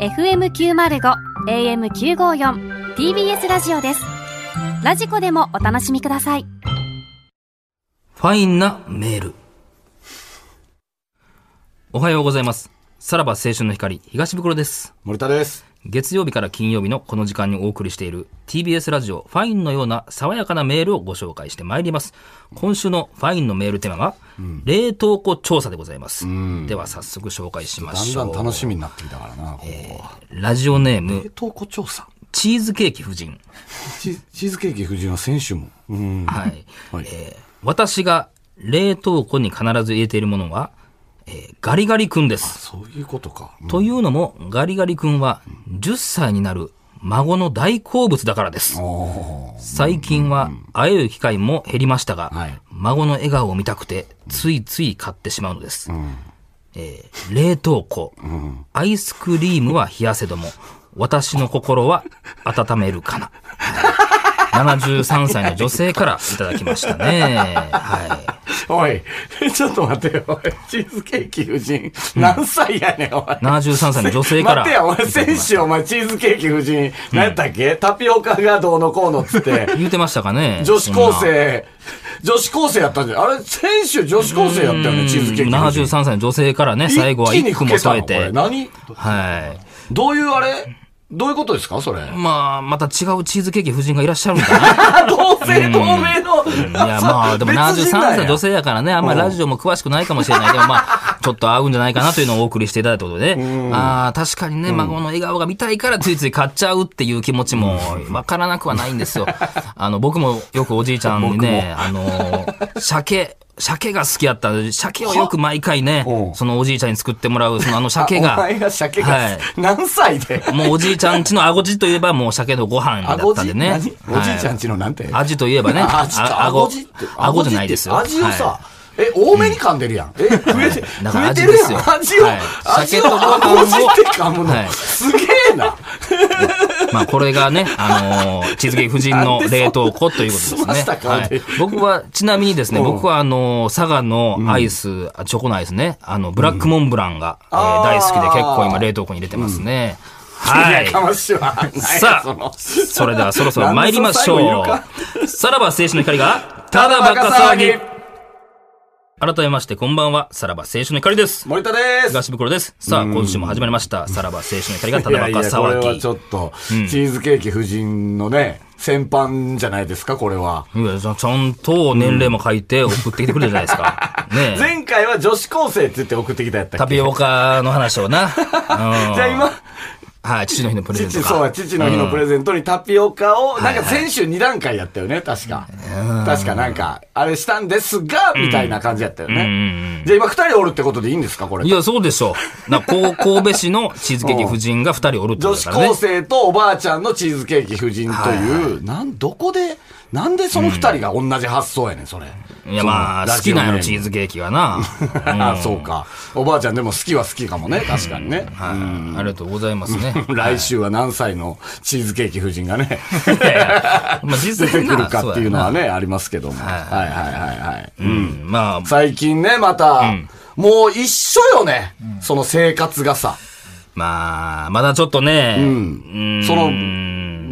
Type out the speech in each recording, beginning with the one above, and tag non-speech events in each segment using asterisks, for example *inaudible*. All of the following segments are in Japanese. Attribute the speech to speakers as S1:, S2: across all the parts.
S1: FM905 AM954 TBS ラジオですラジコでもお楽しみください
S2: ファインなメール。おはようございます。さらば青春の光、東袋です。
S3: 森田です。
S2: 月曜日から金曜日のこの時間にお送りしている TBS ラジオファインのような爽やかなメールをご紹介してまいります。今週のファインのメールテーマが、冷凍庫調査でございます。では早速紹介しま
S3: だん
S2: し
S3: だ
S2: ょ
S3: ん
S2: う。
S3: 楽しみになってきたからな、ここは。
S2: ラジオネーム、
S3: 投稿調査
S2: チーズケーキ夫人。
S3: チチーズケーキ夫人は選手も。うん。
S2: はい。
S3: はい
S2: えー私が冷凍庫に必ず入れているものは、えーガリガリ君です。
S3: そういうことか。うん
S2: というのも、ガリガリ君は10歳になる孫の大好物だからです。
S3: おー
S2: 最近は会える機会も減りましたが、
S3: はい
S2: 孫の笑顔を見たくて、ついつい買ってしまうのです。
S3: ん
S2: えー冷凍庫、アイスクリームは冷やせども、私の心は温めるかな。はい73歳の女性からいただきましたね。は
S3: おい、 *laughs* ちょっと待てよ。おいチーズケーキ夫人、何歳やねん、お前
S2: い。。73歳の女性から。
S3: 待てよ、お前、選手、お前、チーズケーキ夫人、何やったっけタピオカがどうのこうのっつ
S2: *laughs*
S3: って、
S2: 言ってましたかね。
S3: 女子高
S2: そんな
S3: 生、女子高生やったんじゃん。あれ、選手、女子高生やったよね、チーズケーキ夫
S2: 73
S3: 人。
S2: 歳の女性からね、最後は
S3: 一気
S2: 一
S3: に
S2: 句
S3: 老
S2: も
S3: けた
S2: 添え
S3: のこれ
S2: て。
S3: 何
S2: は
S3: どういうあれどういうことですかそれ。
S2: い。まあ、また違うチーズケーキ夫人がいらっしゃるんだ
S3: *laughs* 同姓同名の。
S2: な。いや、ま
S3: *laughs*
S2: あ、でも73歳女
S3: 性。
S2: 性やからね、あんまりラジオも詳しくないかもしれないけど、まあ、ちょっと合うんじゃないかなというのをお送りしていただいたことで、ああ、確かにね、孫の笑顔が見たいからついつい買っちゃうっていう気持ちもわからなくはないんですよ。 *laughs* あの、僕もよくおじいちゃんにね、あの、鮭、鮭が好きやったんで、鮭をよく毎回ね
S3: う、ん
S2: そのおじいちゃんに作ってもらう、そのあの鮭
S3: お
S2: が。
S3: 前が鮭が、
S2: はい
S3: 何歳で
S2: もうおじいちゃんちのあごじといえばもう鮭のご飯だ
S3: あ
S2: っ
S3: ご
S2: たん
S3: じ
S2: でね。
S3: 何おじいちゃん
S2: ち。
S3: ちのなんて
S2: アジといえばね。
S3: あちょっとあごじって。
S2: あごじゃないですよ。
S3: 味を
S2: は
S3: さ、え、多めに噛んでるやん。え、増えて、
S2: だ
S3: 増
S2: から
S3: えてるや
S2: 味ですよ
S3: ん。味を
S2: はい、
S3: 味
S2: 鮭
S3: を
S2: とご飯を
S3: あごじって噛む
S2: はい
S3: の。すげえな。
S2: いまあこれがね、あ
S3: *laughs*
S2: のー、チーズケーキ夫人の冷凍庫ということですね。
S3: すました
S2: は
S3: 顔
S2: い
S3: で、
S2: 僕は、ちなみにですね、
S3: うん
S2: 僕はあのー、佐賀のアイス、あチョコのアイスね、あの、ブラックモンブランが、えー
S3: あー
S2: 大好きで結構今冷凍庫に入れてますね。はいい
S3: や。かましはない。
S2: さ
S3: そ
S2: あ
S3: の、
S2: それではそろそろ参りましょ
S3: なんでその最後
S2: う。さらば青春の光が、ただバカ騒ぎ。改めまして、こんばんは。さらば青春の光です。
S3: 森田です。
S2: 東袋です。さあ、今週も始まりました。さらば青春の光がただバカ
S3: これ
S2: 騒
S3: は
S2: ぎ。
S3: ちょっと、チーズケーキ夫人のね、先般じゃないですか、これは。
S2: いや、ちゃちゃんと年齢も書いて送ってきてくれたじゃないです
S3: *laughs*
S2: か。ねえ。
S3: 前回は女子高生って言って送ってきたやったっけ
S2: タピオカの話をな。うん、
S3: じゃあ今、
S2: はい、父の日のプレゼント
S3: *laughs* 父、
S2: か。
S3: そうや、父の日のプレゼントにタピオカを、なんか先週2段階やったよね、確か。確かなんか、あれしたんですが、みたいな感じやったよね。じゃあ今2人おるってことでいいんですか、これ
S2: い。や、そうでしょう。な、
S3: *laughs*
S2: こう神戸市のチーズケーキ夫人が二人おるってこ
S3: 女
S2: と
S3: 子
S2: だからね。
S3: 高生とおばあちゃんのチーズケーキ夫人という、なん、どこで、なんでその2人が同じ発想やねん、それ。
S2: いや、まあ、
S3: その
S2: 好きなんやろ、チー。
S3: ラジオネーム
S2: ズケーキは
S3: *laughs*
S2: な。
S3: あそうか。おばあちゃんでも好きは好きかもね、確かにね。
S2: はい。ありがとうございますね。
S3: 来週は何歳のチーズケーキ夫人
S2: *laughs*
S3: がね、
S2: いやいやまあ、
S3: 出
S2: 実
S3: て
S2: 際
S3: く
S2: な
S3: るかっていうのは
S2: そや
S3: ね、ありますけども。はいはいはいはい。う
S2: なうんん、まあ、
S3: 最近ね、また、もう一緒よね、その生活がさ。
S2: まあ、まだちょっとね、うーん
S3: その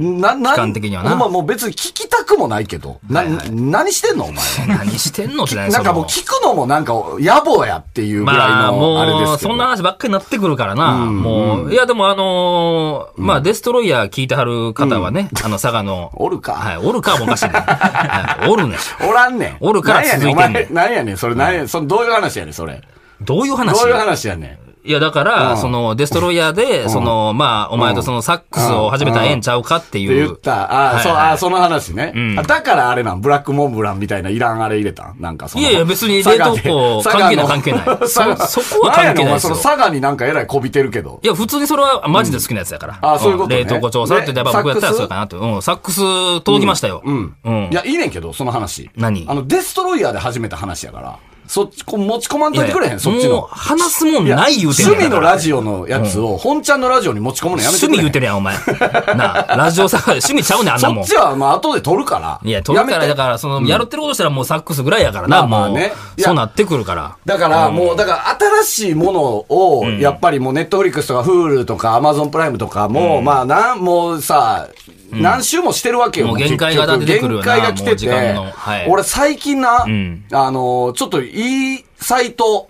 S3: な、な、
S2: 間的にはな
S3: ほんまもう別に聞きたくもないけど、な、何してんのお前
S2: *laughs*
S3: は。
S2: 何してんのってない
S3: なんかもう聞くのもなんか野暮やっていうぐらい
S2: まあ、
S3: のあれ
S2: も
S3: で
S2: う、
S3: すけ
S2: そ
S3: ど。
S2: んな話ばっかりになってくるからな。もう、いや、でもあのーまあ、デストロイヤー聞いてはる方はね、あの、佐賀の。
S3: *laughs* おるか
S2: はい、おるかもおか
S3: *laughs*
S2: しいね。はいおるね。
S3: おらんねん。
S2: おるから続いてんねん
S3: なんやねんお前なんやねん、それ、なんやねん、それどういう話やねん、それ。
S2: どういう
S3: ど
S2: 話
S3: ういう話やねん。
S2: いや、だから、
S3: うん
S2: その、デストロイヤーで、その、まあ、お前とそのサックスを始めたらええんちゃうかってい
S3: って言
S2: う
S3: っ。た。ああ、
S2: はい
S3: そう、
S2: はい
S3: ああ、その話ね、あだからあれなん、ブラックモンブランみたいないらんあれ入れたんなんかその。
S2: いやいや別に
S3: 佐賀
S2: 冷凍庫
S3: で佐賀の
S2: 関係ない関係ないそ
S3: 佐 *laughs* 賀
S2: そこは関係ないですよ
S3: んやねんお前その佐賀になんかえらいこびてるけど
S2: い。や、普通にそれはマジで好きなやつやから。
S3: あそういうことね
S2: 冷凍庫調査って言えば
S3: ね
S2: 僕やったら
S3: サックス
S2: そうかなと。うん、サックス届きましたよ。
S3: うん。いや、いいねんけど、その話。
S2: 何
S3: あの、デストロイヤーで始めた話やから。そっち、こ持ち込まんといてくれへん、そっち
S2: もう
S3: の。
S2: 話すもんない言うてんねん
S3: 趣味のラ
S2: ジ
S3: ジオのやつを、本ちゃんのラジオに持ち込むのやめて
S2: 趣
S3: くれ
S2: 味
S3: へん。
S2: 言うてるやん、お前。 *laughs* なあ、ラジオさ、趣味ちゃうねん、あんな
S3: そ
S2: もん
S3: っ。ちは、まあ、後で撮るから。
S2: いや、取るか
S3: や
S2: ら、
S3: めて
S2: だから、その、やるってることしたらもうサックスぐらいやからな、
S3: まあまあ
S2: もう
S3: ねいや
S2: そうなってくるから。
S3: だから、もう、だから、新しいものを、やっぱりもう、ネットフリックスとか、フールとか、アマゾンプライムとかも、まあ、なん、もうさ、何週もしてるわけよ。
S2: もう
S3: 結局
S2: 限界が出てくるよ
S3: 限
S2: な
S3: 界が来
S2: も
S3: て
S2: う時間
S3: て
S2: のはい、
S3: 俺、最近な、あ
S2: ん
S3: の、ちょっといいサイト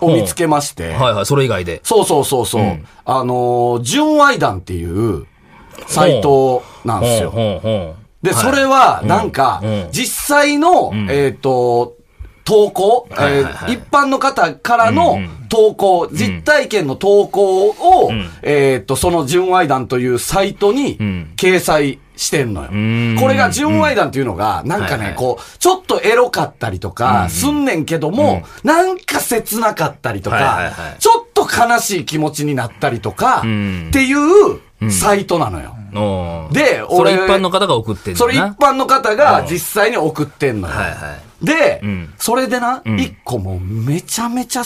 S3: を見つけまして、
S2: はいはい、それ以外で。
S3: そうそうそうそう、あの、純愛団っていう、サイトなんですよ。
S2: ほうほう
S3: で、
S2: はい
S3: それは、なんか
S2: うん、
S3: 実際の、えっと、投稿、え
S2: はいはい
S3: ー
S2: はい
S3: 一般の方からの投稿、実体験の投稿を、えっと、その純愛団というサイトに
S2: ん
S3: 掲載してんのよ
S2: ん。
S3: これが純愛団っていうのが、なん
S2: は
S3: か
S2: いは
S3: ね
S2: い、
S3: こう、ちょっとエロかったりとか、すんねんけども、なんか切なかったりと
S2: はいはい
S3: か
S2: は、い
S3: ちょっと悲しい気持ちになったりとか、って
S2: ん
S3: いうサイトなのよ。
S2: おう
S3: で
S2: それ
S3: 俺
S2: 一般の方が送ってん
S3: そ
S2: の
S3: れ一
S2: な。
S3: 般の方が実際に送ってんのよ。
S2: はいはい。
S3: で、
S2: ん
S3: それでな、一、
S2: ん
S3: 個もうめちゃめちゃ、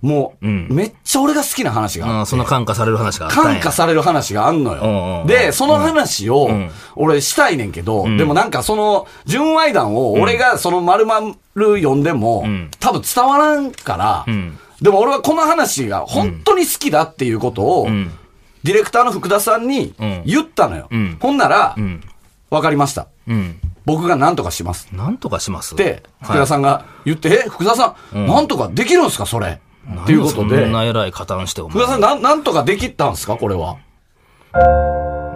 S3: もう、
S2: うん
S3: めっちゃ俺が好きな話があって
S2: うんそんな感化される話があったんや
S3: 感化される話があんの
S2: うんうんう
S3: よ。
S2: ん
S3: で、その話を
S2: うん、
S3: 俺したいねんけど、
S2: ん
S3: でもなんかその、純愛談を俺がその丸々読んでも
S2: ん、
S3: 多分伝わらんから
S2: ん、
S3: でも俺はこの話が本当に好きだっていうことを
S2: ん、
S3: ディレクターの福田さんに
S2: うん
S3: 言ったのよ
S2: うん。
S3: ほんなら
S2: ん、
S3: わかりました。
S2: うん。
S3: 僕が何とかします。
S2: なんとかします。
S3: って、福田
S2: ん。
S3: さんが言って、え、福田さん、なんとかできるんですか、それ。っていうこと
S2: 何を
S3: で
S2: そん、な偉い加担して、お前
S3: 福田さん、なんなんとかできたんですか、これは。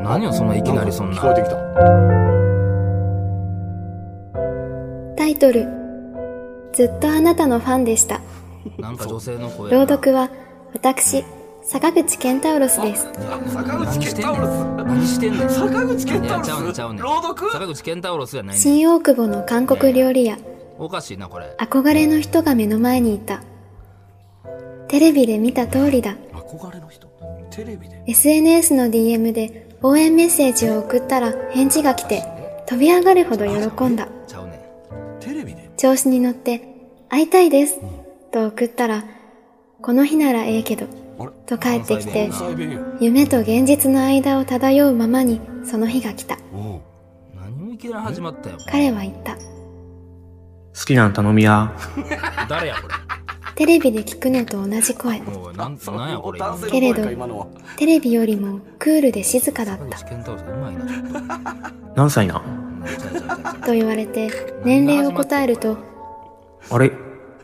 S2: 何をそんないきなりそん
S3: 聞
S2: な
S3: こ。えてきた。
S4: タイトルずっとあなたのファンでした
S2: なんか女性の声。
S4: 朗読は私坂口健太郎です
S3: 坂
S2: 何
S3: 口
S2: して
S3: 健
S2: んね
S3: 太郎
S2: ん。何してんねん。
S3: 坂口健
S2: い
S3: 太
S2: や、ちゃうねん、ちゃうね
S3: 郎
S2: ん。
S3: 朗読
S2: 坂口健太郎すやないねん。
S4: 新大久保の韓国料理屋
S2: おかしいな、これ。
S4: 憧れの人が目の前にいたテレビで見た通りだ
S3: 憧れの人テレビで
S4: SNS の DM で応援メッセージを送ったら返事が来て飛び上がるほど喜んだ
S2: ちゃうねん。
S3: テレビで
S4: 調子に乗って会いたいですと送ったらこの日ならええけど
S3: あれ
S4: と帰ってきて
S2: 関西弁やな
S3: 再弁やん
S4: 夢と現実の間を漂うままにその日が来た
S3: おう
S2: 何をいきなり始まったよ。
S4: 彼は言った
S5: 好きなん頼みや。
S2: 誰や、こ
S3: *laughs*
S2: れ。
S4: テレビで聞くのと同じ声
S2: おい、なん、なんや、これ。
S3: 男性の
S4: けれ
S3: 声
S4: ど
S3: か今のは
S4: テレビよりもクールで静かだっ
S2: 坂
S4: た
S2: 口健太郎さん、うまいな。ちょっと
S5: 何歳な
S2: うんちゃうちゃうちゃうちゃう
S4: と言われて年齢を答えると
S5: あれ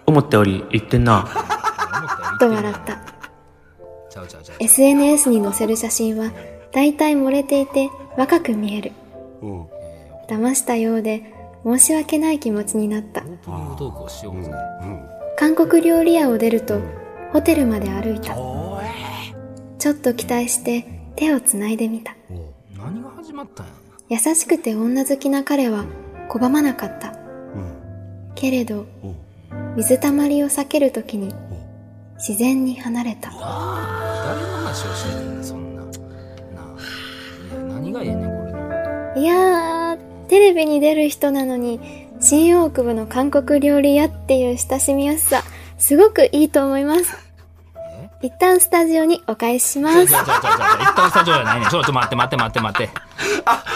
S5: 思ったより言ってん
S2: 思
S5: な。
S2: ったより
S4: と
S2: 言ってんね
S4: 笑
S2: ん
S4: った
S2: ちゃうちゃうちゃう。
S4: SNS に載せる写真は大体漏れていて若く見える
S3: うん
S4: 騙したようで申し訳ない気持ちになった
S2: オープニングトークをしようぜ。
S4: 韓国料理屋を出るとホテルまで歩いたちょっと期待して手をつないでみた
S2: 何が始まったんや。
S4: 優しくて女好きな彼は拒まなかったけれど水たまりを避けるときに自然に離れた
S2: 誰の話をしてんねん、そんな。なあ。いや、何がええねん、これの。
S4: いやーテレビに出る人なのに新大久保の韓国料理屋っていう親しみやすさすごくいいと思います一旦スタジオにお返ししま
S2: ちゃう
S4: す
S2: ちゃうちゃうちゃうちゃう。一旦スタジオじゃないねん。ちょっと待って待って待って待って。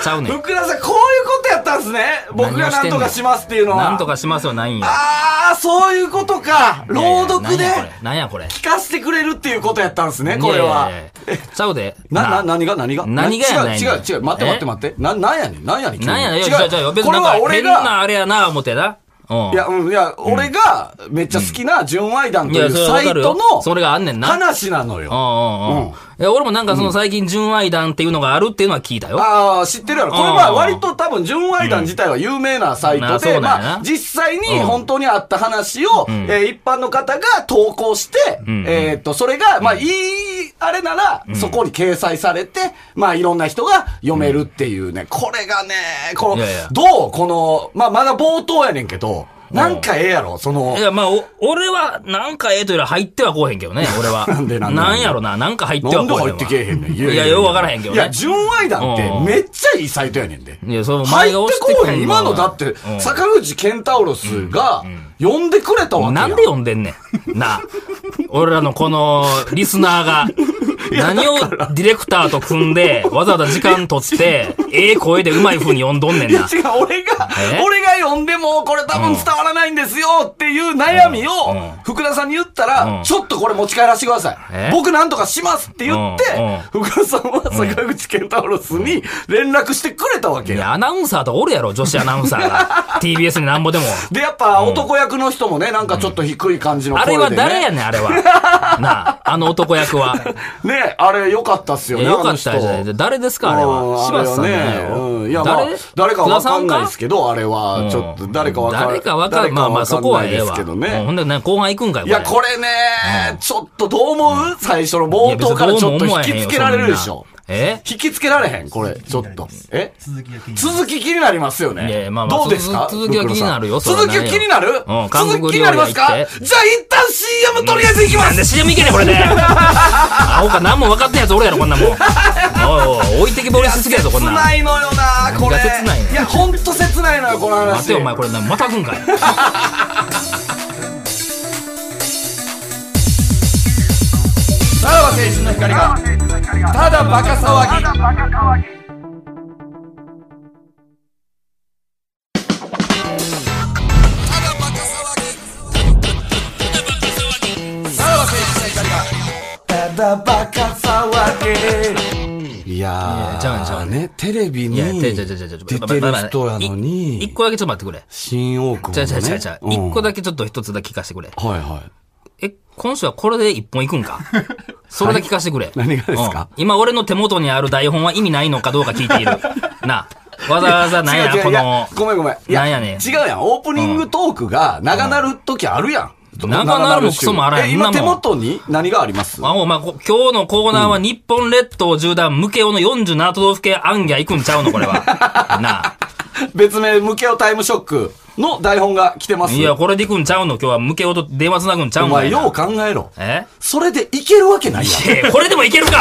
S2: ちゃうねん。
S3: 福田さんこういうことやったんすね僕が何とかしますっていうのは
S2: なんとかしますよ、ないんや。
S3: ああそういうことか朗読
S2: い
S3: で
S2: やいやなんやこれ。
S3: 聞かせてくれるっていうことやったんすねこれ
S2: いやい
S3: は
S2: やいや。ちゃうで。
S3: な、な、何が何が
S2: 何がやねん
S3: 違う、違う、違う。待って待って待って。な、なんやねんなんやねん急に
S2: なんやねん。
S3: 違
S2: いやいやいや
S3: う。
S2: 別
S3: こ
S2: にな
S3: れ
S2: ん
S3: は
S2: か
S3: 俺
S2: 変
S3: が、
S2: なあれやな、思ってな。うん。
S3: いや、うん、いや、俺がめっちゃ好きな純愛団とい
S2: れ
S3: う
S2: は
S3: サ
S2: わ
S3: イ
S2: かる
S3: ト
S2: よ
S3: の
S2: それがあんねんな。
S3: 話なのよ。
S2: うんうんうん。いや、俺もなんかその最近純愛団っていうのがあるっていうのは聞いたよ。
S3: ああ、知ってるやろ。これ
S2: うん
S3: は割と多分、純愛団自体は有名なサイ
S2: ま
S3: ト
S2: あそう
S3: で、
S2: なんやな
S3: まあ、実際に
S2: うん
S3: 本当にあった話を、えー一般の方が投稿して、
S2: ん
S3: えーっと、それが、まあ、いい、あれなら、そこに掲載されて、まあ、いろんな人が読めるっていうね。これがね、こ
S2: い
S3: の
S2: やいや、
S3: どうこの、まあ、まだ冒頭やねんけど、なんかええやろ、その
S2: い。や、まあ、お俺は、なんかええというよりは入ってはこうへんけどね、
S3: *laughs*
S2: 俺は。
S3: なんでなんで
S2: なんやろな、なんか入って
S3: な
S2: は
S3: んで
S2: こうへんわ。
S3: 入ってけえへんねん。
S2: いや、ようわからへんけど
S3: いや、
S2: ね。
S3: 純愛団ってめっちゃいいサイトやねんで。
S2: いや、その
S3: 入
S2: 前
S3: っ
S2: が押
S3: て
S2: して
S3: こ
S2: く
S3: う
S2: る
S3: へん。
S2: の
S3: 今のだって
S2: う、ん
S3: 坂口健太郎スが、呼んでくれたわけや
S2: なんで呼んでんねん。なあ。俺らのこの、リスナーが、何をディレクターと組んで、わざわざ時間取って、ええ声でうまい風に呼んどんねん
S3: いや
S2: な。
S3: 違う、俺が
S2: え、
S3: 俺が呼んでも、これ多分伝わらないんですよっていう悩みを
S2: うんうん、
S3: 福田さんに言ったら、
S2: うん
S3: ちょっとこれ持ち帰らせてくださ
S2: え
S3: い。僕なんとかしますって言って
S2: う、
S3: 福田さんは坂口健太郎スに連絡してくれたわけ
S2: い
S3: や。
S2: や、アナウンサーとかおるやろ、女子アナウンサーが。TBS
S3: *laughs*
S2: になんぼでも。
S3: で、やっぱ男役の人もね、なんかちょっと低い感じの
S2: あ
S3: 声で、
S2: れ
S3: ね。
S2: は誰やねん、あれは。なあ、あの男役は。
S3: ねあれ良かったっすよ
S2: え
S3: ね。
S2: よかった
S3: あの人
S2: よ。誰ですか、あれは。
S3: うんあ
S2: 柴
S3: れ
S2: 田さんじゃない
S3: ね。
S2: の
S3: うんいや、まあ
S2: 誰、
S3: 誰かわかんないです
S2: け
S3: けど、あれは
S2: ど、
S3: ちょっと誰かわかん
S2: 誰かわか
S3: 誰
S2: んまあまあ、そこは
S3: わかんな
S2: ええ
S3: いで
S2: わ。
S3: すけど
S2: うん
S3: ね。
S2: ほんで、ね、後半行くんかい
S3: いや、これ
S2: うん
S3: ね、ちょっとどう思う最初の冒頭からちょっと引きつけられるでしょ。。
S2: いや別にどうも思わへんよそんなえ
S3: 引きつけられへんこれ、ちょっと。え続き気になりますよ
S2: いやい
S3: ね。
S2: やまあまあ
S3: どうですか
S2: 続きは気になるよ
S3: ブックロさん
S2: それは
S3: 続
S2: ね
S3: き気になる
S2: うん韓国
S3: 続き気になりますか
S2: 料理屋行って
S3: じゃあ一旦 CM とりあえず行きま
S2: なん
S3: す
S2: で CM いけねえこれでアホか何も分かってんやつおるやろこんなもんおいおい置いてきぼりしすぎやぞこんな
S3: 切
S2: ん
S3: ないのよな、これ。
S2: 何が切ないの
S3: いや、ほんと切ないのよ、この話。
S2: 待てよお前これなまた来んかい
S3: さらば青春の光が、ただバカ騒ぎ。ただバカ騒ぎ。いや
S2: いやちゃうねちゃ
S3: ー、
S2: うね
S3: ね、テレビに
S2: いや
S3: 出
S2: ちゃうちゃうちゃうちゃう
S3: てる人やの
S2: い一
S3: に、
S2: 個だけちょっと待ってくれ
S3: 新大久保のね。
S2: ちゃうちゃうちゃうちゃう一個だ
S3: け。
S2: けちょっと一つだけ聞かせてくれ
S3: はいはい。
S2: え今週はこれで一本いくん
S3: *laughs*
S2: かそれだけ聞かせてくれ、
S3: 何がですか
S2: うん今俺の手元にある台本は意味ないのかどうか聞いているなあわざわざなん
S3: 違う違
S2: や
S3: う
S2: こ
S3: いや
S2: の
S3: ごめんごめん。い
S2: なんやねん
S3: 違うやん。オープニングトークが長なる時あるやん。
S2: 長なるもクソもあらへん
S3: え今
S2: そんな
S3: 手
S2: もん
S3: 元に何があります
S2: あ、もうまあ、こ今日のコーナーは日本列島縦断無形の47都道府県アンギャ行くんちゃうのこれは。
S3: *laughs*
S2: な
S3: 別名、ムケオタイムショックの台本が来てま
S2: あ。
S3: す。
S2: いや、これで行くんちゃうの今日は無形と電話つなぐんちゃう
S3: お
S2: の
S3: 前よう考えろ。
S2: え
S3: それでいけるわけないやん。
S2: いやこれでもいけるか、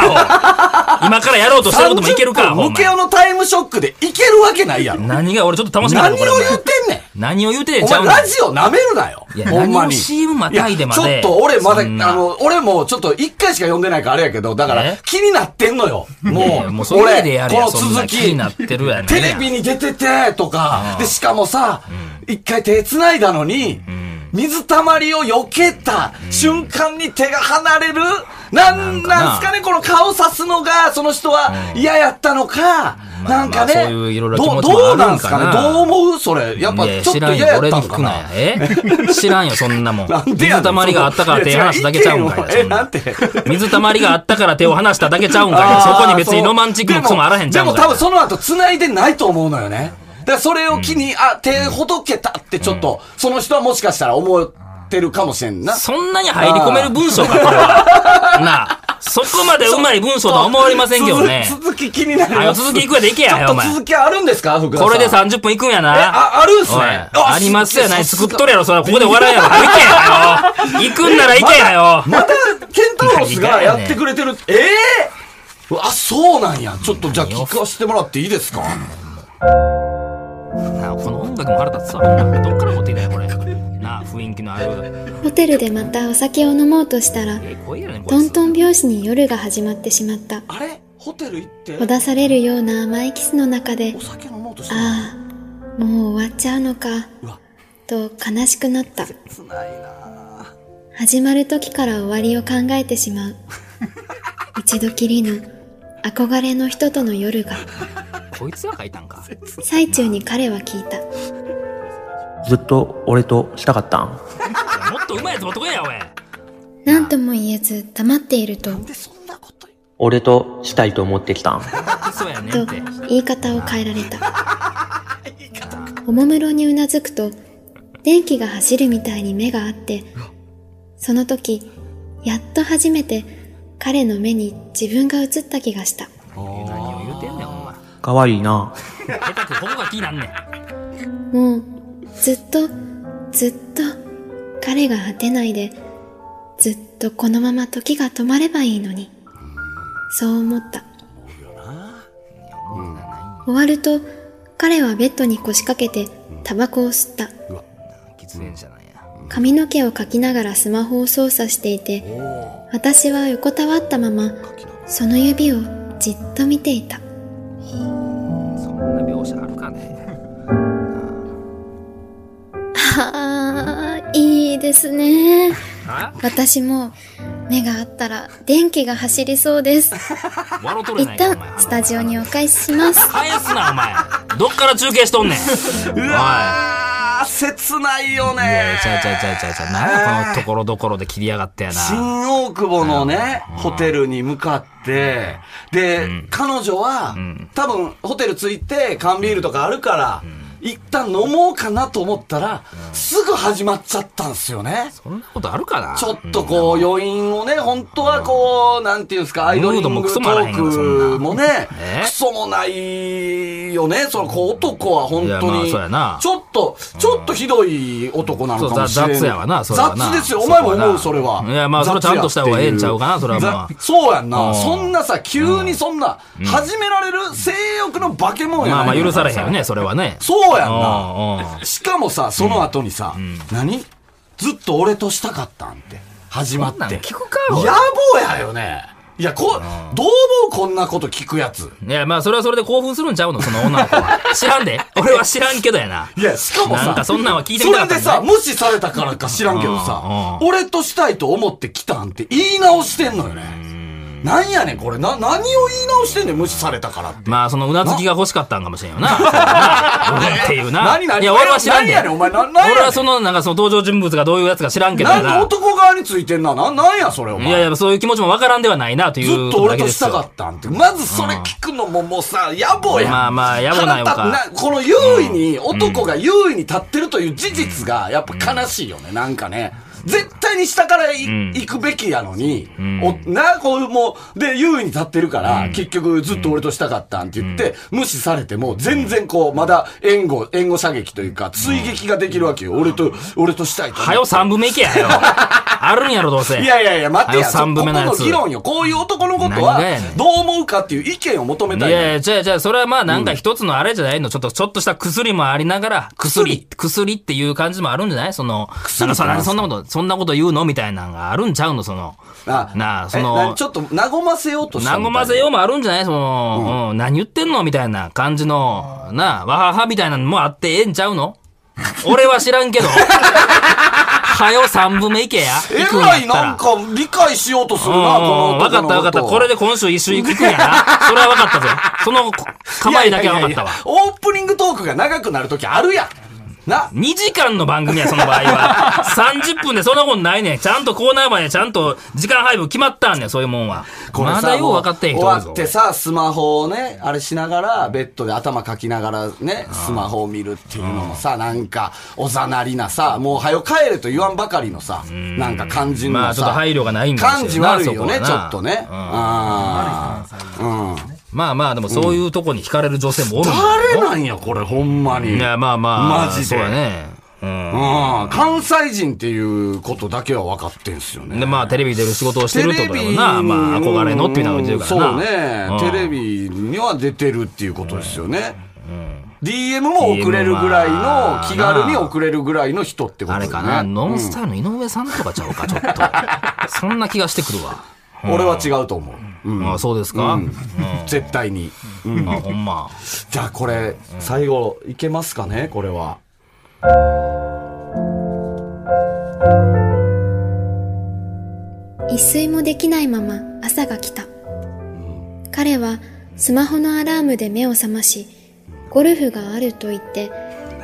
S2: お今からやろうとしてることもいける
S3: *laughs*
S2: か、
S3: 30分
S2: お
S3: ムケ
S2: 前
S3: オ。のタイムショックでいけるわけないやろ。
S2: 何が、俺ちょっと楽しみだ
S3: 何
S2: な
S3: を
S2: こ
S3: 言
S2: れ
S3: う
S2: お前
S3: てんねん。
S2: 何を言うてんねん
S3: お
S2: ちゃう
S3: 前
S2: の
S3: ラジオ舐めるなよ。
S2: いや
S3: ほんまに。
S2: 何を CM またいでまで
S3: いやちょっと俺まだ、あ
S2: そんな
S3: の、俺もちょっと一回しか読んでないからあれやけど、だから
S2: え
S3: 気になってんのよ。も、
S2: いやいうやもうそれ
S3: 俺、
S2: でやる
S3: こ
S2: や
S3: の
S2: そんな
S3: 続
S2: 気
S3: き。
S2: になってるやね
S3: テレビに出てて、とか、で、しかもさ、一回手繋いだのに、水たまりを避けた瞬間に手が離れる、なん、
S2: なんかな
S3: なんすかね、この顔さすのが、その人は嫌やったのか、
S2: まあ
S3: なんかね、
S2: まあそういういろいろ気
S3: ど
S2: 持
S3: う
S2: ちも
S3: どう
S2: あ
S3: な
S2: る
S3: ん
S2: ん
S3: す
S2: か
S3: か
S2: な
S3: ね、どう思うそれ。やっぱ
S2: いや
S3: ちょっ
S2: 知
S3: と
S2: らん
S3: 嫌
S2: よ
S3: や
S2: 俺
S3: っ
S2: に
S3: た
S2: 聞
S3: んか
S2: くな
S3: な
S2: や。え知らんよそんなもん
S3: なんでやねん
S2: 水たまりがあったから手離しただけちゃうんか
S3: いや違う意見をえ
S2: いそんな
S3: なんて
S2: 水たまりがあったから手を離しただけちゃうんかいそこに別にロマンチックもクソもあらへんちゃうん
S3: でもでも多
S2: か
S3: 分その後繋いでないと思うのよね。だからそれを機に、あ、手ほどけたってちょっと、その人はもしかしたら思ってるかもしれんな。
S2: いそんなに入り込める文章かこれはなあそこまでうまい文章とは思われませんけどね
S3: 続続き気になる
S2: あ続き行くやで行けや
S3: ちょ
S2: お
S3: っと
S2: 前
S3: 続きあるんですか福田さん。
S2: これで30分いくんやな
S3: えあ、あるんす
S2: おい
S3: ね。よし
S2: ありますやない
S3: さす
S2: 作
S3: が
S2: っとるやろそれはここで終わらんやろ行けやよ行くんなら行けやよ
S3: また、ケンタロスがやってくれてる。ええうわあ、そうなんや。ちょっとじゃあ聞かせてもらっていいですか
S2: なあこの音楽も腹立つわほんまどっから持ってきたんやこれなあ雰囲気のある
S4: ホテルでまたお酒を飲もうとしたら、
S2: ええ声やねんこ
S4: ト
S2: い
S4: ン
S2: つ
S4: トン拍子に夜が始まってしまった。
S3: あれホテル行って
S4: ほだされるような甘いキスの中で
S3: お、酒飲もうとしてる
S4: ああ、もう終わっちゃうのか
S3: うわ、
S4: と悲しくなった。
S3: つないなぁ
S4: 始まる時から終わりを考えて
S3: *laughs*
S4: しまう。一度きりの憧れの人との夜が、
S2: こいつが書いたんか
S4: 最中に彼は聞いた。
S5: ずっと俺としたかったん
S2: もっとうまいやつ持ってこいや、おい。
S4: 何とも言えず黙っていると、
S3: で、そんなこと言
S5: 俺としたいと思ってきたん
S2: そうやねん
S4: と
S2: って。
S4: 言い方を変えられた。
S2: *laughs*
S4: おもむろにうなずくと、電気が走るみたいに目があって、その時、やっと初めて彼の目に自分が映った気がした。
S2: 何を言うてんねん、お前。
S5: かわいいな
S2: 下手くここが気になんねん。
S4: もう、ずっと、ずっと彼が果てないで、ずっとこのまま時が止まればいいのに。そう思った。終わると、彼はベッドに腰掛けてタバコを吸った。
S2: 喫煙者なんや。
S4: 髪の毛をかきながらスマホを操作していて、私は横たわったまま、その指をじっと見ていた。
S2: そんな描写あるかね。
S4: ああ、いいですね。
S2: あ
S4: 私も目があったら電気が走りそうです。
S2: 笑うとる
S4: 一
S2: やないか、お
S4: 旦
S2: 前。
S4: スタジオにお返しします。
S2: 返すな、お前。どっから中継しとんねん。
S3: うわー、切ないよ
S2: いやい
S3: ね
S2: や、ちゃうちゃうちゃうちゃうちゃう。なんや、このところどころで切りやがったやな。
S3: 新大久保のね、ホテルに向かって、で、彼女は、多分ホテル着いて缶ビールとかあるから、一旦飲もうかなと思ったら、すぐ始まっちゃったんですよね。
S2: そんなことあるかな
S3: ちょっとこう、余韻をね、本当はこう、なんていうんですか、アイドリング
S2: ムードもク
S3: ト
S2: ソもあらへ
S3: ー
S2: んからそん
S3: ク
S2: な
S3: もね
S2: え、
S3: クソもないよね。その、こう、男は本当
S2: いやまあ
S3: に、
S2: そうやな
S3: ちょっと、ちょっとひどい男なのかもしれ
S2: そ
S3: な
S2: う
S3: い。
S2: 雑やわなそれはな
S3: 雑ですよ。お前も
S2: そこは
S3: 思う、
S2: な
S3: それは。
S2: いやまあそれはちゃんとした方がええんちゃうかなそれはまあ
S3: 雑そうやんな。
S2: うん
S3: そんなさ、急にそんな、始められる性欲の化け物
S2: ま
S3: やな
S2: あま
S3: い
S2: あ許されへんよね、それはね。
S3: そうや
S2: う
S3: ん
S2: ん
S3: な。しかもさ、その後にさ、何ずっと俺としたかったんって、始まっ
S2: そんなん
S3: て。
S2: 聞くかおい
S3: 野暮やよね。いや、こ、どう思うこんなこと聞くやつ。
S2: いや、まあそれはそれで興奮するんちゃうの、その女の子は。知らんで。俺は知らんけどやな。
S3: いや、しかも
S2: なん
S3: さ、
S2: かそんなんは聞いて
S3: そ
S2: みたかった
S3: れで
S2: んだ
S3: さ、
S2: ね。
S3: 無視されたからか知らんけどさ、
S2: うん
S3: 俺としたいと思って来たんって言い直してんのよね。なんやねん、これ。な、何を言い直してんねん、無視されたからって。
S2: まあそのうなずきが欲しかったんかもしれん
S3: *laughs*
S2: よな。そうやなうんっていうな。
S3: 何何
S2: いや、俺は知らん
S3: 何
S2: で。
S3: やねん、お前。な、なんや
S2: 俺
S3: ねん
S2: はその、なんかその登場人物がどういうやつか知らんけど
S3: なんで
S2: な。
S3: 男側についてんな。な、なんや、それ、お前。
S2: いやいや、そういう気持ちもわからんではないな、という
S3: ずっと
S2: だ
S3: 俺
S2: け
S3: と
S2: で
S3: し
S2: す
S3: た
S2: よ
S3: かったんって。まずそれ聞くのももうさ、野暮やん。
S2: まあまあ野暮なんやろか
S3: 腹立つなこの優位に、男が優位に立ってるという事実が、やっぱ悲しいよね、なんかね。絶対に下からい
S2: ん
S3: 行くべきやのに、おな、こう、もう、で、優位に立ってるから、結局ずっと俺としたかったんって言って、無視されても、全然こう、まだ援護、援護射撃というか、追撃ができるわけよ。俺と、俺としたいと思って
S2: はよ三分目いけ
S3: *laughs*
S2: やよ。あるんやろ、どうせ。
S3: いやいやいや、待ってや。
S2: あの三部目のやつ
S3: ここの議論よ。こういう男のことは
S2: 何がやね、ん
S3: どう思うかっていう意見を求めたい
S2: い
S3: の。
S2: やいや、じゃあじゃあ、それはまあなんか一つのあれじゃないの、ちょっと、ちょっとした薬もありながら、薬、薬っていう感じもあるんじゃないその、
S3: 薬
S2: なんかそ
S3: なんす
S2: そ
S3: か
S2: んなこと、そんなこと言うのみたいなのがあるんちゃうの、その、
S3: あ
S2: なあ、
S3: え
S2: そ
S3: な
S2: の
S3: ち、ょっと、和ませようとした
S2: な
S3: みたいな。
S2: ごまぜようもあるんじゃないその、うん、何言ってんのみたいな感じの、なあ、わははみたいなのもあってええんちゃうの俺は知らんけど。 *laughs* はよ三分目いけや。
S3: え
S2: 行くん
S3: ら
S2: や
S3: い
S2: った
S3: なんか理解しようとするな、この
S2: 分か
S3: 男
S2: っ
S3: の
S2: た分かった。これ
S3: で
S2: で今週一周行くんやな。それは分かったぜ。そのこ
S3: *laughs*
S2: 構えだけは分かったわ。
S3: オープニングトークが長くなるときあるやん。な。
S2: 2時間の番組や、その場合は。30分でそんなことないねん。ちゃんとコーナーまでちゃんと時間配分決まったんねん、そういうもんは。
S3: これさ
S2: まだよう分かってへん
S3: もう
S2: 人おる
S3: 終わ
S2: ぞ
S3: っ。てさ、スマホをね、あれしながら、ベッドで頭かきながらね、スマホを見るっていうのもさ、なんか、おざなりなさ、もうはよ帰れと言わんばかりのさ、なんか肝心のさ、
S2: まあちょっと配慮がないんかもし
S3: 感
S2: れん
S3: じ
S2: な
S3: 悪いよね、
S2: そ
S3: ち
S2: こ
S3: ょ
S2: はな
S3: っとね。ああ。うん。
S2: まあまあ、でもそういうとこに惹かれる女性もおるんだ
S3: 誰なんや、これ、ほんまに。
S2: いや、まあまあ。
S3: マジで
S2: そうだね。うん。
S3: うん。関西人っていうことだけは分かってんすよね。
S2: で、まあ、テレビ出る仕事をして
S3: テ
S2: るって
S3: レ
S2: こと
S3: ビ
S2: だもんな。まあ、憧れのっていうのが出てるからな。
S3: うんそうね。テレ
S2: ビ。
S3: ビには出てるっていうことですよね。DM も送れるぐらいの、気軽に送れるぐらいの人ってこと
S2: あ
S3: で
S2: れ
S3: す
S2: かな、
S3: ね。
S2: ノンスタイルの井上さんとかちゃうか、ちょっと。
S3: *laughs*
S2: そんな気がしてくるわ。
S3: 俺は違うと思う。うん
S2: ああそうですか、うん
S3: 絶対に。
S2: あほんま。
S3: じゃあこれ、最後、いけますかねこれは。
S4: 一睡もできないまま朝が来た。彼はスマホのアラームで目を覚まし、ゴルフがあると言って、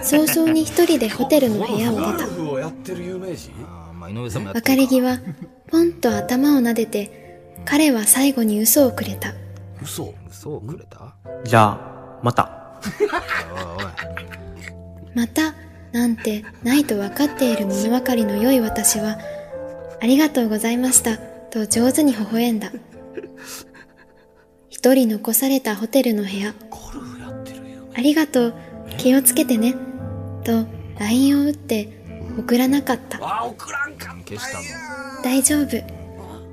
S4: 早々に一人でホテルの部屋を出た。
S3: フをやってる有名人
S2: あまあ、井上さんもやって
S4: 別れ際、ポンと頭を撫でて、彼は最後に嘘をくれた。
S3: 嘘
S2: そうくれた
S5: じゃあ、また。
S4: また、なんてないと分かっている物分かりの良い私は、ありがとうございました、と上手に微笑んだ。一人残されたホテルの部屋。ありがとう、気をつけてね、と LINE を打って送らなかった
S3: あ、送らんかった
S2: 消したの。
S4: 大丈夫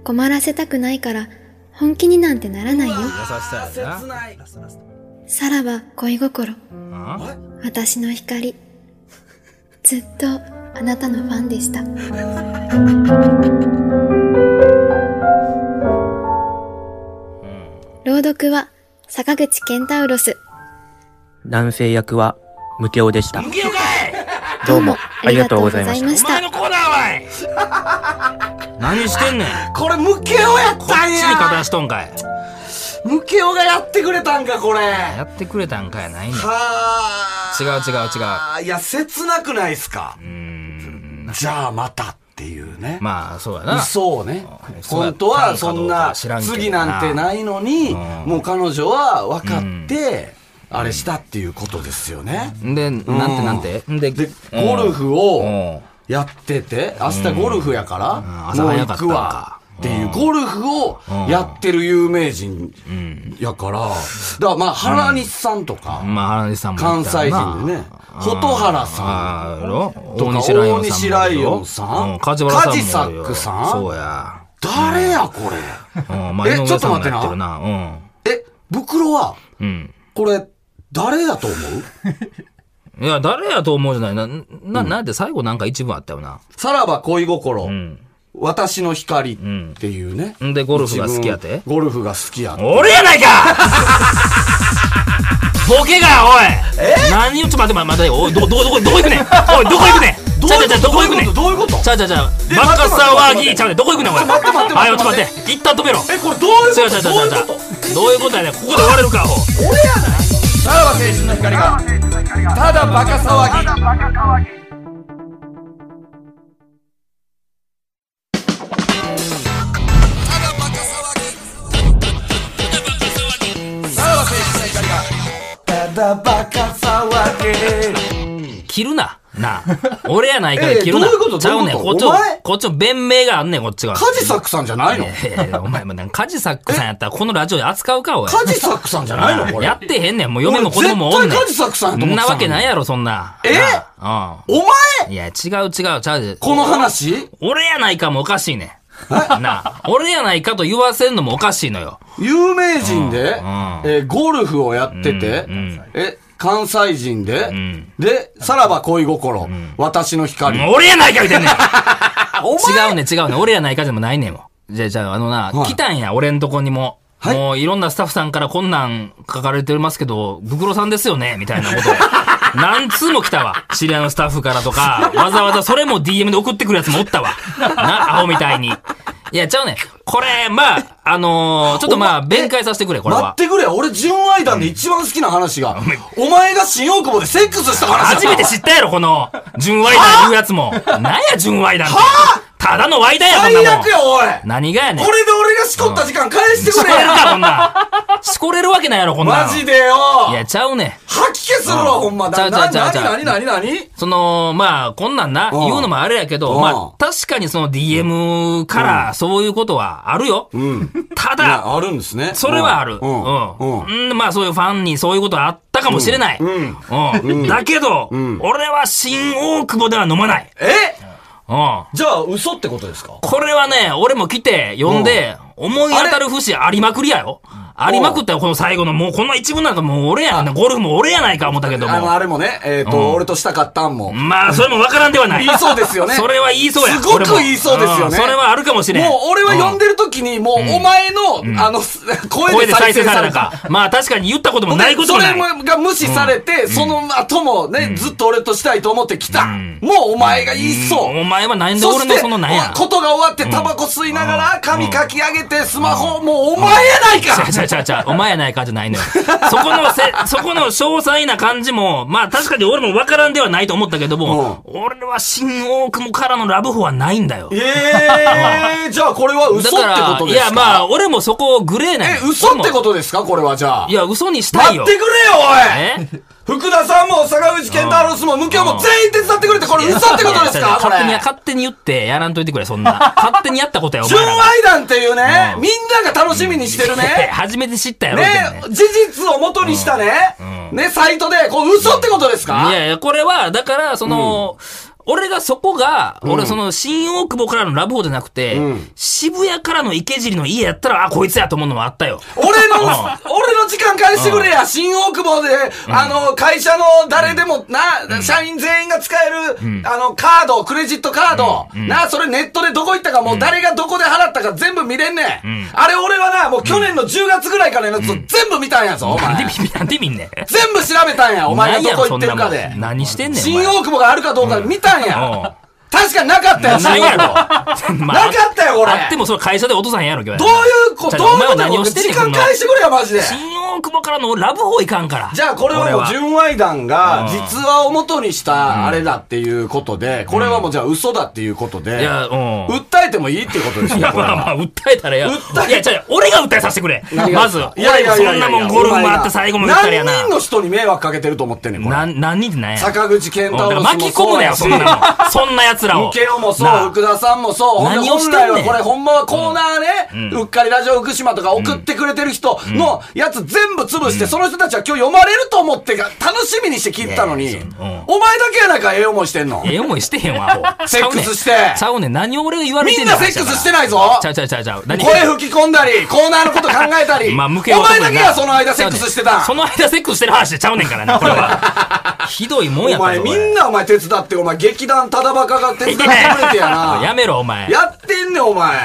S4: 困らせたくないから本気になんてならないよ
S2: 優しさや
S3: 切
S2: な。
S3: ない。
S4: さらば恋心
S2: あ
S4: 私の光ずっとあなたのファンでした朗読は坂口健太ウロス
S5: 男性役は、無形でした。
S2: いいのかい
S5: どうも、ありがとうございました。
S2: お前のコーナーはおい何してんねん
S3: これ、ムケオやっ
S2: こった
S3: ん
S2: ちに片
S3: や
S2: しとんかい
S3: ムケオがやってくれたんか、これ。
S2: やってくれたんかいないねん
S3: は
S2: 違う違
S3: う違う。いや、切なくないっすか
S2: う。ーん
S3: じゃあまたっていうね。
S2: まあそうやな
S3: 嘘をね
S2: うん。
S3: 本当は
S2: 嘘や
S3: そ
S2: ったんかど
S3: ん
S2: うか
S3: な、
S2: 知らんけどな
S3: 次なんてないのに、
S2: うん
S3: もう彼女は分かって、あれしたっていうことですよね。
S2: でなんてなんてで
S3: で、ゴルフを
S2: を
S3: やってて、明日ゴルフやか
S2: うん
S3: ら、
S2: うん朝
S3: もう
S2: 早
S3: 行
S2: かった
S3: く
S2: ん
S3: わ
S2: か。
S3: っていう、ゴルフをやってる有名人やから、だからまあ原西さんとか、
S2: まあ原西さんも
S3: 関西人でね、蛍原さん、
S2: さんろ
S3: とか
S2: 大西ライオンさんもいるよ
S3: 大西ライオンさん
S2: うん梶原さんもいるよ
S3: 梶作さん
S2: そうや
S3: 誰やこれ。
S2: うんまあ
S3: え
S2: 井上
S3: ちょ
S2: さ
S3: っと
S2: んも
S3: 待ってな
S2: やるな
S3: え、袋は、
S2: うんうん
S3: これ、誰だと思う
S2: いや誰やと思うじゃないなななんで最後なんか一文あったよな
S3: さらば恋心、
S2: うん
S3: 私の光っていうね。
S2: んでゴルフが好きやて
S3: 自分ゴルフが好きや。
S2: 俺やないか *laughs* ボケがおい何をちょっと待って待って待っておいどどどこどこ行くねんおいどこ行くねんちゃうちゃうちゃうどこ行くねん
S3: どういうことどういうこと
S2: ちゃうちゃうちゃう
S3: え
S2: バッカスターワーギ
S3: 待って待って
S2: ーちゃうねんどこ行くねんおい
S3: 待って待って
S2: あいちょっと
S3: 待
S2: 待
S3: って
S2: って一旦止めろ
S3: え、これどういう
S2: ちゃ
S3: こ
S2: うちゃう
S3: と
S2: ち
S3: ど
S2: ゃ
S3: う
S2: う
S3: いう
S2: ちゃう
S3: こと
S2: どういうことやねんここで終われるかアホ
S3: さらば青春の光が、ただバカ騒ぎ。ただバカ騒ぎ
S2: 切るな
S3: *laughs*
S2: なあ俺やないから
S3: ええ
S2: 切るな
S3: どういうこと
S2: ちゃうねん
S3: どう
S2: こ
S3: い
S2: っ
S3: うこ
S2: ち
S3: と
S2: も
S3: お前
S2: こっちも弁明があんねんこっちが
S3: カジサックさんじゃないの
S2: いやいやお前もなんかカジサックさんやったらこのラジオで扱うかおい
S3: カジサックさんじゃないのこれ
S2: やってへんねん。もう嫁も子供もお
S3: 俺
S2: んねん。
S3: 絶対カジサックさんやと思
S2: ん
S3: って
S2: な
S3: たのに
S2: わけないやろ、そんな。
S3: え
S2: な
S3: お前
S2: うん。いや、違う違う、ちゃうで。
S3: この話
S2: 俺やないかもおかしいねん。なあ、俺やないかと言わせんのもおかしいのよ。
S3: 有名人で、
S2: うん
S3: えーゴルフをやってて、
S2: うんうん
S3: え、関西人で、
S2: ん
S3: で、さらば恋心、私の光。
S2: もう俺やないかみたいな。
S3: *laughs* お
S2: 違うねん違うねん俺やないかでもないねんもん。じゃあ、じゃあ、あのな、
S3: はい
S2: 来たんや、俺んとこにも。
S3: はい
S2: もういろんなスタッフさんからこんなん書かれてますけど、ブクロさんですよねみたいな
S3: *laughs*
S2: こと。何通も来たわ。知り合いのスタッフからとか、わざわざそれも DM で送ってくるやつもおったわ。な、アホみたいに。いや、ちゃうねん。これ、まあ、あのーちょっとまあ、弁解させてくれ、これ
S3: 待
S2: は
S3: っ。てくれよ俺、純愛団で一番好きな話が、お前が新大久保でセックスした話だ
S2: 初めて知ったやろ、この、純愛団いうやつも。なんや、純愛団って。ただのワイダや、こん
S3: 最
S2: なもん。
S3: 悪や、おい
S2: 何がやねん
S3: こ。れで俺がしこった時間返して
S2: し
S3: く
S2: こ
S3: れ
S2: れる
S3: よ
S2: か、こんなん。しこれるわけないやろ、こんなん。
S3: マジでよ
S2: いや、ちゃうねん。
S3: 吐き気するわ、ほんま。
S2: ちゃ
S3: だ
S2: うちゃ
S3: な
S2: うちゃう
S3: な
S2: ちゃう
S3: になになになに
S2: その、まあ、こんなんな、
S3: うん
S2: 言うのもあれやけ
S3: う
S2: ど、
S3: ん
S2: まあ、確かにその DM から、そういうことはあるよ。た
S3: *laughs* い
S2: だ、
S3: やあるんですね。
S2: それはある。
S3: う。
S2: うん
S3: うん。
S2: ん。うん。まあ、そういうファンにそういうことはあったかもしれない。うん。だけど、俺は新大久保では飲まない。
S3: え
S2: うん。
S3: じゃあ、嘘ってことですか
S2: これはね、俺も来て、読んで、思い当たる節ありまくりやよ。ありまくったよ、この最後の。もうこの一文なんかもう俺やな。ゴルフも俺やないか思ったけど
S3: あの、
S2: も。
S3: あれもね、えっ
S2: うん
S3: と、俺としたかったんも。
S2: まあ、それもわからんではない。
S3: 言いそうですよね
S2: *laughs* それは言いそうや。
S3: すごく
S2: 俺も
S3: 言いそうですよね
S2: んそれはあるかもしれん。
S3: もう俺は呼ん
S2: で、
S3: でる時に、もうお前の、あの、 *laughs* す声
S2: 声で
S3: で再
S2: 再
S3: 生
S2: 生
S3: さ
S2: さ
S3: れ
S2: れ
S3: た
S2: た
S3: か。
S2: か。まあ、確かに言ったこともないこと
S3: そ
S2: もな
S3: れ
S2: い。
S3: もが無視されて、その後もね、ずっと俺としたいと思ってきた。もうお前が言いそう。
S2: お前はなんで
S3: そ
S2: 俺
S3: して
S2: のそのなんや。
S3: ことが終わってタバコ吸いながら、髪かき上げて、スマホ、もうお前やないか
S2: ちゃうちゃうちゃうちゃうお前やないかじゃないのよ。そこのせ、そこの詳細な感じも、まあ確かに俺もわからんではないと思ったけども、俺は新大久保からのラブホはないんだよ。
S3: えー、じゃあこれは嘘って
S2: だから
S3: こと
S2: い
S3: で
S2: や
S3: すか
S2: まあ、俺もそこグレーなんよ
S3: え、嘘ってこ
S2: 俺
S3: とですかこれはじゃあ
S2: もい。や、嘘にした
S3: 待
S2: いよ
S3: って。くれよ、
S2: え
S3: おい福田さんも坂口健太郎スも無教も全員手伝ってくれて、これ嘘ってことです
S2: いやいや
S3: かこれ
S2: 勝手。に、勝手に言ってやらんといてくれ、そんな。勝手にやったことや、お前
S3: 純 *laughs*
S2: らが。
S3: 愛団っていうね、
S2: うん
S3: みんなが楽しみにしてる
S2: *laughs*
S3: ね。
S2: 初めて知ったやろ、
S3: ね
S2: みたいなね、
S3: 事実を元にしたね、ね、サイトで、こう、嘘ってことですか
S2: いやいや、これは、だから、その、俺がそこが、俺その新大久保からのラブホじゃなくて、
S3: うん
S2: 渋谷からの池尻の家やったら、あ、こいつやと思うのもあったよ。
S3: 俺の、俺の時間返してくれや、新大久保で、あの、会社の誰でも、な、社員全員が使える、あの、カード、クレジットカード、な、それネットでどこ行ったか、もう誰がどこで払ったか全部見れんねん。あれ俺はな、もう去年の10月ぐらいからのやつを全部見たんやぞ、お
S2: なんで
S3: 前。
S2: 見、なんで見んねん。
S3: 全部調べたんや、お前がどこ行ってるか
S2: なんやろそ
S3: で
S2: んなもん。何してんねん。
S3: 新大久保があるかどうか見たん
S2: うん
S3: や。確かになかったよ、新
S2: ないや
S3: *laughs* 大
S2: ろ。
S3: 久保。
S2: ま
S3: なかったよ俺
S2: あってもそれ会社で落とさんやろ、今日
S3: どういうこ、
S2: ち
S3: ど
S2: ゃ
S3: う
S2: ちゃお前
S3: いうこ
S2: は
S3: とや
S2: 何
S3: こ
S2: を
S3: れ
S2: してんねん、
S3: 時
S2: こ
S3: 間
S2: んな
S3: 返してくれや、マジで。
S2: 新大久保からのラブホ行かんから。
S3: じゃあこれはもう純愛団が
S2: 俺は
S3: 実話を元にしたあれだっていうことで、これはもうじゃあ嘘だっていうことで、
S2: いや、うん。
S3: 訴えてもいいっていうことです
S2: い
S3: よ、
S2: や、
S3: これ
S2: *laughs* まあま
S3: は。
S2: あ、訴えたらや。
S3: 訴え
S2: いや、じゃ俺が訴えさせてくれ。
S3: 何が
S2: まず。
S3: いやいやいやいや
S2: 俺がそんなもんゴルフ回って最後まで行ったらやな
S3: 何。人の人に迷惑かけてると思ってんねん、これ。
S2: 何、何人ってなんや。
S3: 坂口健
S2: うん
S3: 太
S2: だか
S3: 郎
S2: ら
S3: 氏
S2: 巻
S3: も
S2: き込む
S3: そう
S2: なよ、
S3: や
S2: そ
S3: し
S2: ん。なの。そんな奴らを。
S3: ムケオもそ
S2: なあ
S3: う、福田さんもそう、ほんで
S2: 何をし
S3: 本
S2: てんねん
S3: 来はこれほんまはコーナーね、う
S2: うん
S3: っかりラジオ福島とか送ってくれてる人のやつ全部潰して、その人たちは今日読まれると思ってが楽しみにして聞いたの
S2: い
S3: に
S2: やいやそんなうん、
S3: お前だけやないかええ思いしてんの。
S2: ええ思いしてへんわ、アホ。
S3: セックスし
S2: ち
S3: て
S2: ゃうねんちゃうねん。何を俺が言われてん
S3: みんなセックスしてないぞ
S2: ちゃうちゃうちゃうちゃう。何
S3: 声吹き込んだり、コーナーのこと考えた
S2: *laughs*
S3: り。
S2: まあ、
S3: お
S2: 向けは
S3: 前だけはその間セックスしてたん。
S2: その間セックスしてる話でちゃうねんからな、これ
S3: *laughs*
S2: は。ひどいもんや
S3: お
S2: った
S3: 前
S2: ぞ。
S3: みん
S2: な。
S3: なお前手伝って、お前劇団ただバカが手伝っ
S2: *laughs*
S3: てくれてや
S2: や
S3: な。
S2: めろ、お前。
S3: やってんねんお前。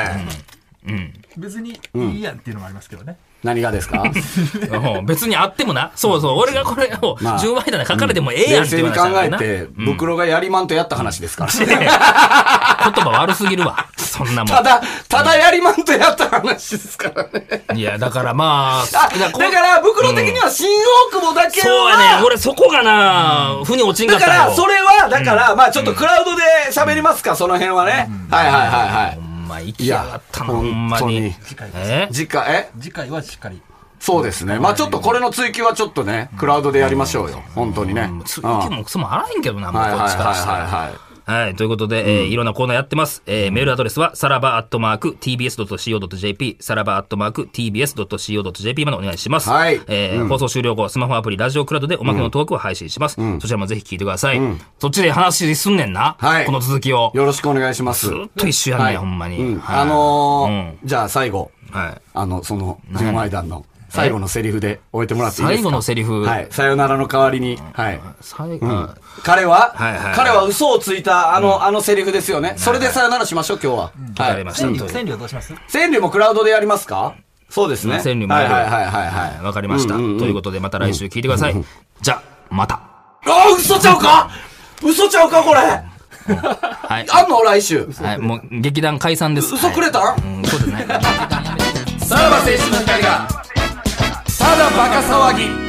S6: 別にいいやんっていうのもありますけどね。
S3: 何がですか
S2: うん別にあってもな。そうそう。俺がこれを
S3: まあ
S2: 10枚棚書かれて *laughs* もええやん
S3: 冷
S2: って
S3: 静
S2: 言われた
S3: に考
S2: から
S3: え
S2: な。
S3: て、袋がやりまんとやった話で
S2: *laughs*
S3: すから。
S2: 言葉悪すぎるわ。そんなも
S3: ただ、ただやりまんとやった話ですからね。
S2: ん。いや、だからまあ。
S3: あ、だ
S2: だから
S3: から、袋的には新大久保だけは、
S2: そうやね。俺そこがな、腑に落ちんか
S3: だ
S2: っ
S3: か
S2: たよ。
S3: ら、それは、だから、まあちょっとクラウドで喋りますか、その辺はね。はいはいはいはい
S2: ほ。んま、生きやがったな、ほんま
S3: い
S2: に
S3: や。
S6: 次回です。
S2: え
S3: 次回、え
S6: 次回はしっかり。
S3: そうですね。まあちょっとこれの追求はちょっとね、クラウドでやりましょうよ。本当にね。
S2: つ
S3: うん
S2: 息もクソもあらへんけどな、もう
S3: はいはい
S2: こ
S3: は
S2: っ
S3: い
S2: ちからしたら。
S3: はいはい。
S2: はい。ということで、えーいろんなコーナーやってます。えーメールアドレスは、さらばアットマーク tbs.co.jp、さらばアットマーク tbs.co.jp までお願いします。
S3: はい
S2: えー放送終了後、スマホアプリ、ラジオクラウドでおまけのトークを配信します。そちらもぜひ聞いてください。そっちで話すんねんな。
S3: はい
S2: この続きを。
S3: よろしくお願いします。
S2: ずっと一緒やんね、
S3: はい
S2: ほんまに。
S3: うん
S2: はい
S3: あのー
S2: うん
S3: じゃあ最後、
S2: はい。
S3: あの、その、純愛団の最後のセリフで終えてもらっていいで
S2: 最
S3: すか
S2: 後のセリフ。
S3: はい。さよならの代わりに、はい。
S2: 最後、
S3: 彼は、
S2: はいはいはい
S3: 彼は嘘をついた、あの、あのセリフですよね。それでさよならしましょう、今日は。
S2: わか
S3: は
S2: りま
S3: い。
S2: した。
S6: 千里千里はどうします
S3: 川柳もクラウドでやりますかそうですね。
S2: 川柳も
S3: は
S2: や
S3: い
S2: る
S3: はいはいはいはい。
S2: わかりました。ということで、また来週聞いてください。じゃあ、また。
S3: あー、嘘ちゃうか嘘ちゃうか、これ。
S2: はい。
S3: あんの来週。
S2: はい、もう劇団解散です。
S3: 嘘くれた、
S2: はいうん、そうですね。
S3: さらば青春の光が、ただバカ騒ぎ。